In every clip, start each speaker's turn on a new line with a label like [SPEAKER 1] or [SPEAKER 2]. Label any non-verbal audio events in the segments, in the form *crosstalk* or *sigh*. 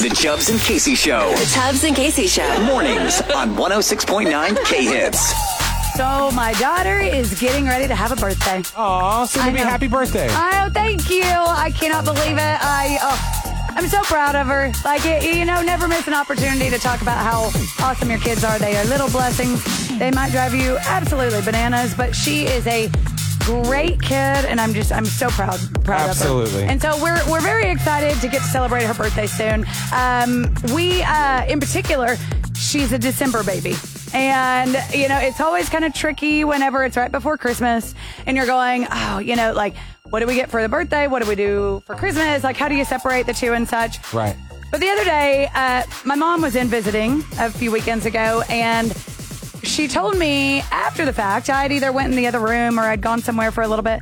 [SPEAKER 1] The Chubbs and Casey Show.
[SPEAKER 2] The Tubbs and Casey Show.
[SPEAKER 1] Mornings on 106.9 K Hits.
[SPEAKER 3] So my daughter is getting ready to have a birthday.
[SPEAKER 4] Aw, so maybe
[SPEAKER 3] know.
[SPEAKER 4] happy birthday.
[SPEAKER 3] Oh, thank you. I cannot believe it. I, oh, I'm so proud of her. Like, y- you know, never miss an opportunity to talk about how awesome your kids are. They are little blessings. They might drive you absolutely bananas, but she is a great kid, and I'm just, I'm so proud, proud of
[SPEAKER 4] Absolutely.
[SPEAKER 3] her. And so we're, we're very excited to get to celebrate her birthday soon. Um, we, uh, in particular, she's a December baby. And, you know, it's always kind of tricky whenever it's right before Christmas and you're going, oh, you know, like, what do we get for the birthday? What do we do for Christmas? Like, how do you separate the two and such?
[SPEAKER 4] Right.
[SPEAKER 3] But the other day, uh, my mom was in visiting a few weekends ago, and she told me after the fact, I had either went in the other room or I'd gone somewhere for a little bit.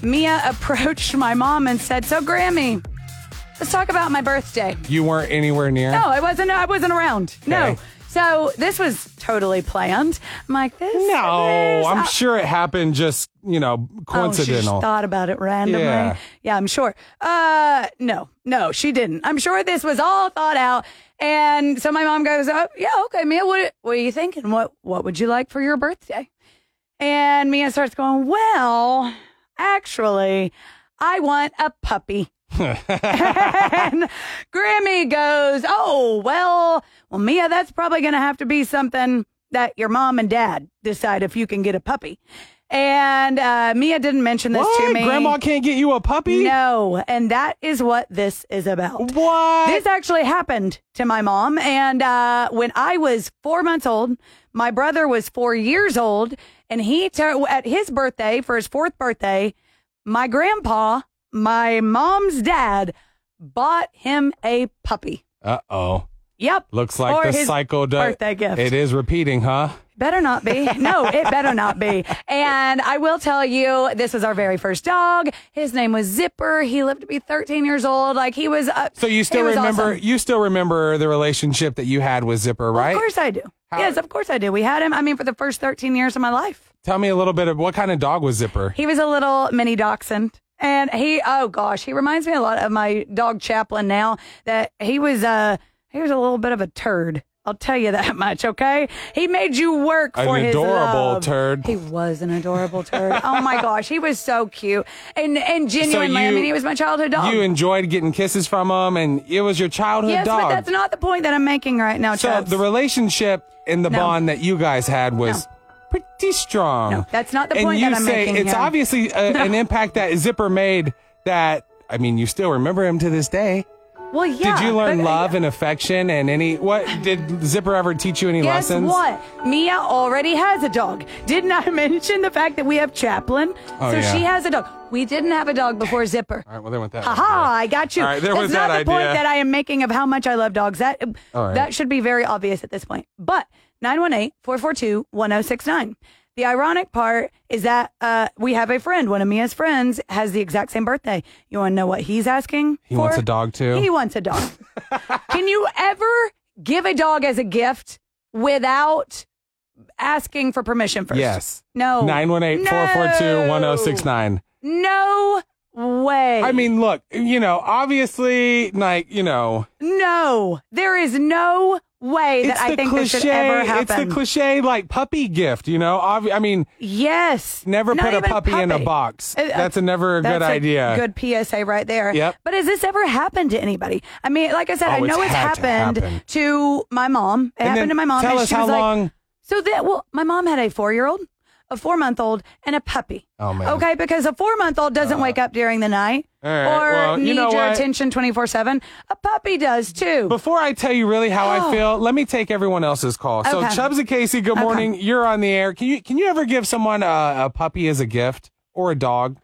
[SPEAKER 3] Mia *laughs* approached my mom and said, "So, Grammy, let's talk about my birthday."
[SPEAKER 4] You weren't anywhere near.
[SPEAKER 3] No, I wasn't. I wasn't around. No.
[SPEAKER 4] Okay.
[SPEAKER 3] So this was totally planned. I'm like, this.
[SPEAKER 4] No,
[SPEAKER 3] this-
[SPEAKER 4] I'm
[SPEAKER 3] I-
[SPEAKER 4] sure it happened just, you know,
[SPEAKER 3] Uh, Oh, she just
[SPEAKER 4] coincidental.
[SPEAKER 3] thought about it randomly. Yeah.
[SPEAKER 4] Yeah.
[SPEAKER 3] I'm sure. Uh, no, no, she didn't. I'm sure this was all thought out. And so my mom goes, "Oh, yeah, okay, Mia, what, what are you thinking? What, what would you like for your birthday?" And Mia starts going, "Well, actually, I want a puppy." and Grammy goes, "Oh well, well, Mia, that's probably going to have to be something that your mom and dad decide if you can get a puppy." And uh, Mia didn't mention this
[SPEAKER 4] what?
[SPEAKER 3] to me.
[SPEAKER 4] Grandma can't get you a puppy?
[SPEAKER 3] no, and that is what this is about.
[SPEAKER 4] What?
[SPEAKER 3] This actually happened to my mom. And uh, when I was four months old, my brother was four years old. And he, tur- at his birthday, for his fourth birthday, my grandpa, my mom's dad, bought him a puppy.
[SPEAKER 4] Uh oh.
[SPEAKER 3] Yep.
[SPEAKER 4] Looks like
[SPEAKER 3] for
[SPEAKER 4] the
[SPEAKER 3] his
[SPEAKER 4] psycho does.
[SPEAKER 3] birthday gift.
[SPEAKER 4] It is repeating, huh?
[SPEAKER 3] Better not
[SPEAKER 4] *laughs*
[SPEAKER 3] be. No, it better not be. And I will tell you, this was our very first dog. His name was Zipper. He lived to be 13 years old. Like he was. Uh,
[SPEAKER 4] So you
[SPEAKER 3] he
[SPEAKER 4] still
[SPEAKER 3] was
[SPEAKER 4] remember
[SPEAKER 3] awesome.
[SPEAKER 4] you still remember the relationship that you had with Zipper, right?
[SPEAKER 3] Of course I do.
[SPEAKER 4] How-
[SPEAKER 3] yes, of course I do. We had him, I mean, for the first 13 years of my life.
[SPEAKER 4] Tell me a little bit of what kind of dog was Zipper?
[SPEAKER 3] He was a little mini dachshund. And he, oh gosh, he reminds me a lot of my dog Chaplin now that he was, uh, he was a little bit of a turd. I'll tell you that *laughs* much, okay? He made you work
[SPEAKER 4] An
[SPEAKER 3] for his
[SPEAKER 4] adorable
[SPEAKER 3] love.
[SPEAKER 4] turd.
[SPEAKER 3] He was an adorable turd. oh my gosh, he was so cute and and genuinely. I
[SPEAKER 4] you-
[SPEAKER 3] mean, he was my childhood dog.
[SPEAKER 4] You enjoyed getting kisses from him and it was your childhood
[SPEAKER 3] um, yes,
[SPEAKER 4] dog.
[SPEAKER 3] but that's not the point that I'm making right now,
[SPEAKER 4] so
[SPEAKER 3] Chubbs.
[SPEAKER 4] the relationship and the
[SPEAKER 3] No.
[SPEAKER 4] bond that you guys had was pretty strong.
[SPEAKER 3] No, that's not the
[SPEAKER 4] and
[SPEAKER 3] point
[SPEAKER 4] you
[SPEAKER 3] that I'm
[SPEAKER 4] say
[SPEAKER 3] making
[SPEAKER 4] it's
[SPEAKER 3] here.
[SPEAKER 4] obviously a, an impact that Zipper made. That I mean, you still remember him to this day.
[SPEAKER 3] well, yeah.
[SPEAKER 4] did you learn
[SPEAKER 3] but- uh,
[SPEAKER 4] love and affection and any? What did Zipper ever teach you any
[SPEAKER 3] Guess
[SPEAKER 4] lessons?
[SPEAKER 3] what? Mia already has a dog. Didn't I *laughs* mention the fact that we have Chaplin?
[SPEAKER 4] Oh,
[SPEAKER 3] so
[SPEAKER 4] yeah.
[SPEAKER 3] she has a dog. We didn't have a dog
[SPEAKER 4] *laughs*
[SPEAKER 3] before Zipper.
[SPEAKER 4] All right, well there went that.
[SPEAKER 3] Aha, I got you.
[SPEAKER 4] All right, there
[SPEAKER 3] That's
[SPEAKER 4] was
[SPEAKER 3] not
[SPEAKER 4] that
[SPEAKER 3] the point
[SPEAKER 4] idea.
[SPEAKER 3] that I am making of how much I love dogs. That
[SPEAKER 4] All right.
[SPEAKER 3] that should be very obvious at this point. But 918-442-1069. The ironic part is that uh, we have a friend, one of Mia's friends, has the exact same birthday. You want to know what he's asking?
[SPEAKER 4] He
[SPEAKER 3] for?
[SPEAKER 4] wants a dog, too?
[SPEAKER 3] He wants a
[SPEAKER 4] *laughs*
[SPEAKER 3] dog. Can you ever give a dog as a gift without asking for permission first?
[SPEAKER 4] Yes.
[SPEAKER 3] No.
[SPEAKER 4] 918-442-1069.
[SPEAKER 3] No way.
[SPEAKER 4] I mean, look, you know, obviously, like, you know,
[SPEAKER 3] No, there is no way that
[SPEAKER 4] it's
[SPEAKER 3] I
[SPEAKER 4] the
[SPEAKER 3] think this
[SPEAKER 4] cliche.
[SPEAKER 3] should ever
[SPEAKER 4] it's
[SPEAKER 3] happen.
[SPEAKER 4] the cliche, like puppy gift. You know, Obvi- I mean,
[SPEAKER 3] yes,
[SPEAKER 4] never
[SPEAKER 3] Not
[SPEAKER 4] put a
[SPEAKER 3] even
[SPEAKER 4] puppy, in a box.
[SPEAKER 3] Uh, uh,
[SPEAKER 4] That's a never a
[SPEAKER 3] That's
[SPEAKER 4] good idea.
[SPEAKER 3] Good PSA right there.
[SPEAKER 4] Yep.
[SPEAKER 3] But has this ever happened to anybody? I mean, like I said, I
[SPEAKER 4] Oh, it's
[SPEAKER 3] know it's
[SPEAKER 4] had to
[SPEAKER 3] happened
[SPEAKER 4] happen.
[SPEAKER 3] to my mom. It
[SPEAKER 4] And
[SPEAKER 3] happened
[SPEAKER 4] then
[SPEAKER 3] to my mom.
[SPEAKER 4] Tell
[SPEAKER 3] and
[SPEAKER 4] us
[SPEAKER 3] she
[SPEAKER 4] how
[SPEAKER 3] was like,
[SPEAKER 4] long.
[SPEAKER 3] So that well, my mom had a four-year-old, a four-month-old, and a puppy.
[SPEAKER 4] Oh, man. Uh.
[SPEAKER 3] Okay, because a four-month-old doesn't wake up during the night
[SPEAKER 4] all right,
[SPEAKER 3] or
[SPEAKER 4] well,
[SPEAKER 3] need
[SPEAKER 4] you know
[SPEAKER 3] your
[SPEAKER 4] what?
[SPEAKER 3] attention twenty-four-seven. A puppy does too.
[SPEAKER 4] Before I tell you really how
[SPEAKER 3] Oh.
[SPEAKER 4] I feel, let me take everyone else's call.
[SPEAKER 3] Okay.
[SPEAKER 4] So Chubbs and Casey, good morning. You're on the air. Can you can you ever give someone a, a puppy as a gift or a dog?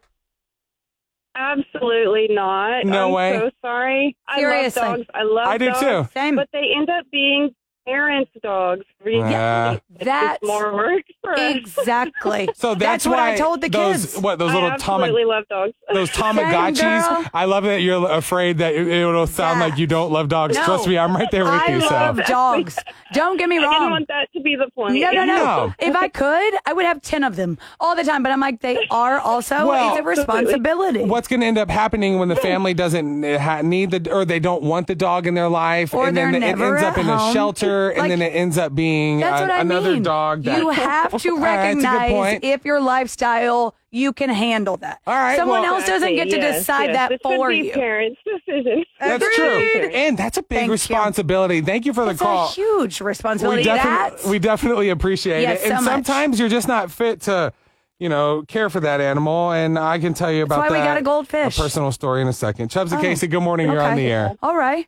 [SPEAKER 5] Absolutely not.
[SPEAKER 4] No
[SPEAKER 5] I'm
[SPEAKER 4] way.
[SPEAKER 5] So sorry. I love
[SPEAKER 3] Seriously.
[SPEAKER 5] dogs. I love.
[SPEAKER 4] I do
[SPEAKER 5] dogs,
[SPEAKER 4] too. Hmm.
[SPEAKER 3] Same.
[SPEAKER 5] But they end up being
[SPEAKER 2] parents' dogs reason
[SPEAKER 4] Yeah.
[SPEAKER 2] it's
[SPEAKER 3] That's-
[SPEAKER 2] just more work for us.
[SPEAKER 3] Exactly.
[SPEAKER 4] Uh. So that's,
[SPEAKER 3] what
[SPEAKER 4] why
[SPEAKER 3] I told the
[SPEAKER 4] those,
[SPEAKER 3] kids.
[SPEAKER 4] What those
[SPEAKER 2] *laughs* I
[SPEAKER 4] little
[SPEAKER 2] absolutely
[SPEAKER 4] tama-
[SPEAKER 2] love dogs.
[SPEAKER 4] *laughs* those
[SPEAKER 3] girl.
[SPEAKER 4] Tamagotchis. I love that you're afraid that it, it'll sound
[SPEAKER 3] Yeah.
[SPEAKER 4] like you don't love dogs.
[SPEAKER 3] No.
[SPEAKER 4] Trust me, I'm right there with
[SPEAKER 3] I
[SPEAKER 4] you.
[SPEAKER 3] love
[SPEAKER 4] so
[SPEAKER 3] dogs. Don't get me
[SPEAKER 2] I didn't
[SPEAKER 3] wrong.
[SPEAKER 2] want that to be the point.
[SPEAKER 3] No, no, no,
[SPEAKER 4] No.
[SPEAKER 3] If I could, I would have 10 of them all the time. But I'm like, they are also,
[SPEAKER 4] Well,
[SPEAKER 3] it's a responsibility.
[SPEAKER 4] what's going to end up happening
[SPEAKER 3] Hmm.
[SPEAKER 4] when the family doesn't uh, ha- need the or they don't want the dog in their life,
[SPEAKER 3] Or
[SPEAKER 4] and then
[SPEAKER 3] they're
[SPEAKER 4] the- it
[SPEAKER 3] never
[SPEAKER 4] ends
[SPEAKER 3] at
[SPEAKER 4] up in a
[SPEAKER 3] home.
[SPEAKER 4] shelter,
[SPEAKER 3] Like,
[SPEAKER 4] and then it ends up being
[SPEAKER 3] That's
[SPEAKER 4] a-
[SPEAKER 3] what I
[SPEAKER 4] another
[SPEAKER 3] mean.
[SPEAKER 4] dog. That
[SPEAKER 3] you have to
[SPEAKER 4] *laughs* All right, that's a good
[SPEAKER 3] recognize
[SPEAKER 4] point.
[SPEAKER 3] if your lifestyle, you can handle that.
[SPEAKER 4] All right,
[SPEAKER 3] Someone
[SPEAKER 4] well-
[SPEAKER 3] else doesn't get to
[SPEAKER 2] Yes,
[SPEAKER 3] decide
[SPEAKER 2] yes.
[SPEAKER 3] that
[SPEAKER 2] this
[SPEAKER 3] for
[SPEAKER 2] should be
[SPEAKER 3] you. Uh,
[SPEAKER 2] parents' decision.
[SPEAKER 4] That's true, and that's a big
[SPEAKER 3] Thank you.
[SPEAKER 4] responsibility. Thank you for
[SPEAKER 3] That's
[SPEAKER 4] the call.
[SPEAKER 3] a huge responsibility.
[SPEAKER 4] We, defi-
[SPEAKER 3] That's-
[SPEAKER 4] we definitely appreciate
[SPEAKER 3] Yes,
[SPEAKER 4] it. And
[SPEAKER 3] so much.
[SPEAKER 4] sometimes you're just not fit to, you know, care for that animal. And I can tell you about
[SPEAKER 3] why we
[SPEAKER 4] that-
[SPEAKER 3] got a goldfish. Oh.
[SPEAKER 4] A personal story in a second. Chubbs and Casey, good morning. You're on
[SPEAKER 3] Okay.
[SPEAKER 4] the air.
[SPEAKER 3] All right.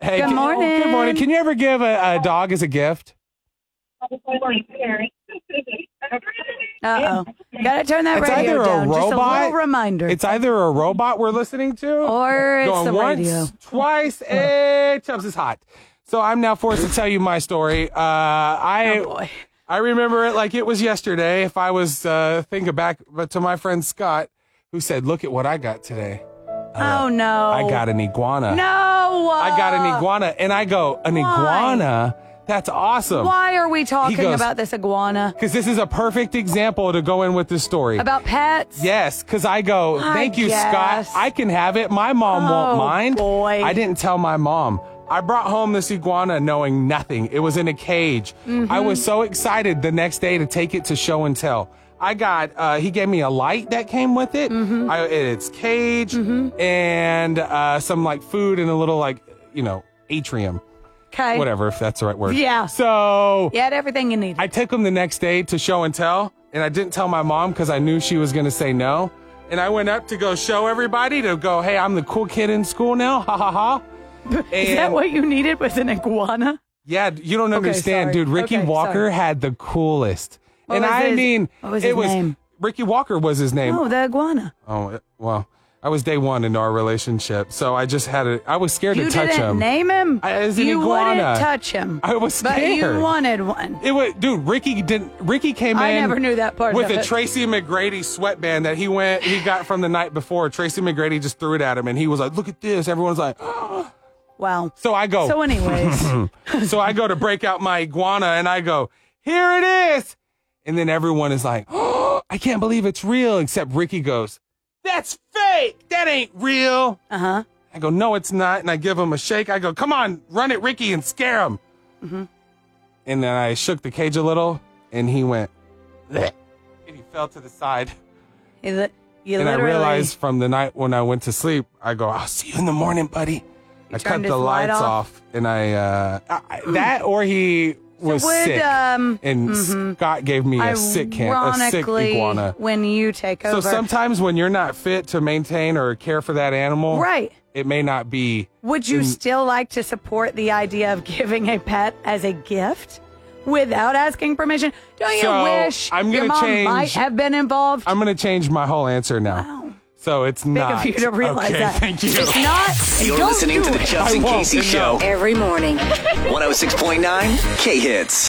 [SPEAKER 4] Hey,
[SPEAKER 3] Good
[SPEAKER 4] can-
[SPEAKER 3] morning.
[SPEAKER 4] Good morning. Can you ever give a, a dog as a gift?
[SPEAKER 2] *laughs* Parents' decision.
[SPEAKER 3] Uh oh. Gotta turn that
[SPEAKER 4] It's
[SPEAKER 3] radio
[SPEAKER 4] either a
[SPEAKER 3] down. Just a
[SPEAKER 4] robot-
[SPEAKER 3] little reminder.
[SPEAKER 4] It's either a robot we're listening to,
[SPEAKER 3] Or it's
[SPEAKER 4] going
[SPEAKER 3] the
[SPEAKER 4] once,
[SPEAKER 3] radio. Oh,
[SPEAKER 4] twice. eh, Hey, Chubbs is hot. So I'm now forced to tell you my story. Uh, I
[SPEAKER 3] oh boy.
[SPEAKER 4] I remember it like it was yesterday. If I was uh, thinking back, but to my friend Scott, who said, "Look at what I got today.
[SPEAKER 3] Oh no.
[SPEAKER 4] I got an iguana.
[SPEAKER 3] No.
[SPEAKER 4] I got an iguana." And I go, "An
[SPEAKER 3] Why?
[SPEAKER 4] iguana? That's awesome."
[SPEAKER 3] Why are we talking
[SPEAKER 4] Um, goes-
[SPEAKER 3] about this iguana?
[SPEAKER 4] Because this is a perfect example to go in with this story.
[SPEAKER 3] About pets?
[SPEAKER 4] Yes, because I go,
[SPEAKER 3] I
[SPEAKER 4] thank you, Scott.
[SPEAKER 3] guess.
[SPEAKER 4] I can have it. My mom
[SPEAKER 3] Oh,
[SPEAKER 4] won't mind.
[SPEAKER 3] boy.
[SPEAKER 4] I didn't tell my mom. I brought home this iguana knowing nothing. It was in a cage. I
[SPEAKER 3] Mm-hmm.
[SPEAKER 4] was so excited the next day to take it to show and tell. I got, uh, he gave me a light that came with it,
[SPEAKER 3] Mm-hmm.
[SPEAKER 4] I, in its cage, and uh, some like food and a little like, you know, atrium,
[SPEAKER 3] Okay.
[SPEAKER 4] whatever, if that's the right word.
[SPEAKER 3] Yeah.
[SPEAKER 4] So
[SPEAKER 3] You had everything you needed.
[SPEAKER 4] I took him the next day to show and tell, and I didn't tell my mom because I knew she was going to say no. And I went up to go show everybody to go, hey, I'm the cool kid in school now. *laughs* Ha ha ha.
[SPEAKER 3] *laughs* Is that
[SPEAKER 4] And-
[SPEAKER 3] what you needed was an iguana?
[SPEAKER 4] Yeah, you don't understand,
[SPEAKER 3] sorry.
[SPEAKER 4] dude. Ricky
[SPEAKER 3] Okay,
[SPEAKER 4] Walker
[SPEAKER 3] sorry.
[SPEAKER 4] had the coolest.
[SPEAKER 3] What
[SPEAKER 4] and
[SPEAKER 3] was
[SPEAKER 4] I
[SPEAKER 3] his-
[SPEAKER 4] mean,
[SPEAKER 3] what was
[SPEAKER 4] it
[SPEAKER 3] his
[SPEAKER 4] was
[SPEAKER 3] name?
[SPEAKER 4] Ricky Walker was his name.
[SPEAKER 3] No, the iguana.
[SPEAKER 4] Oh, well, I was day one in our relationship, so I just had it. I was scared
[SPEAKER 3] You
[SPEAKER 4] to touch
[SPEAKER 3] didn't
[SPEAKER 4] him.
[SPEAKER 3] name him.
[SPEAKER 4] I- it's an
[SPEAKER 3] you wouldn't
[SPEAKER 4] iguana.
[SPEAKER 3] touch him.
[SPEAKER 4] I was
[SPEAKER 3] But you
[SPEAKER 4] scared.
[SPEAKER 3] wanted one.
[SPEAKER 4] It was, dude. Ricky didn't. Ricky came
[SPEAKER 3] I
[SPEAKER 4] in.
[SPEAKER 3] never knew that part
[SPEAKER 4] With
[SPEAKER 3] of
[SPEAKER 4] a
[SPEAKER 3] it.
[SPEAKER 4] Tracy McGrady sweatband that he went, he got from the night before. Tracy McGrady just threw it at him, and he was like, "Look at this!" Everyone's like,
[SPEAKER 3] Wow.
[SPEAKER 4] "So I go,
[SPEAKER 3] So,
[SPEAKER 4] *laughs*
[SPEAKER 3] anyways,
[SPEAKER 4] so I go to break out my iguana, and I go, "Here it is!" And then everyone is like, "Oh, I can't believe it's real!" Except Ricky goes, "That's fake. That ain't real."
[SPEAKER 3] uh huh.
[SPEAKER 4] I go, no, it's not. And I give him a shake. I go, come on, run it, Ricky, and scare him. And then I shook the cage a little, and he went, "Bleh," and he fell to the side.
[SPEAKER 3] You, li- you
[SPEAKER 4] and I
[SPEAKER 3] literally
[SPEAKER 4] realized from the night when I went to sleep, I go, I'll see you in the morning, buddy. I cut
[SPEAKER 3] turned
[SPEAKER 4] the
[SPEAKER 3] his light
[SPEAKER 4] lights
[SPEAKER 3] off?
[SPEAKER 4] off, and I, uh, I- I- that or he was
[SPEAKER 3] would,
[SPEAKER 4] sick.
[SPEAKER 3] um,
[SPEAKER 4] and Scott gave me a sick can, a sick
[SPEAKER 3] ironically,
[SPEAKER 4] iguana.
[SPEAKER 3] when you take
[SPEAKER 4] So
[SPEAKER 3] over.
[SPEAKER 4] sometimes when you're not fit to maintain or care for that animal,
[SPEAKER 3] Right.
[SPEAKER 4] it may not be
[SPEAKER 3] Would
[SPEAKER 4] Mm.
[SPEAKER 3] you still like to support the idea of giving a pet as a gift without asking permission? Don't you
[SPEAKER 4] So,
[SPEAKER 3] wish
[SPEAKER 4] I'm
[SPEAKER 3] your
[SPEAKER 4] gonna
[SPEAKER 3] mom
[SPEAKER 4] change-
[SPEAKER 3] might have been involved?
[SPEAKER 4] I'm going to change my whole answer now. So it's
[SPEAKER 3] Big
[SPEAKER 4] not.
[SPEAKER 3] of you to realize
[SPEAKER 4] okay,
[SPEAKER 3] that.
[SPEAKER 4] Thank you.
[SPEAKER 3] It's not. and
[SPEAKER 1] You're
[SPEAKER 3] don't
[SPEAKER 1] listening
[SPEAKER 3] do
[SPEAKER 1] to the
[SPEAKER 3] it.
[SPEAKER 1] Chubbs
[SPEAKER 4] I
[SPEAKER 1] and
[SPEAKER 4] won't,
[SPEAKER 1] Casey
[SPEAKER 4] and
[SPEAKER 1] Show.
[SPEAKER 4] no.
[SPEAKER 5] every morning.
[SPEAKER 1] 106.9 K Hits.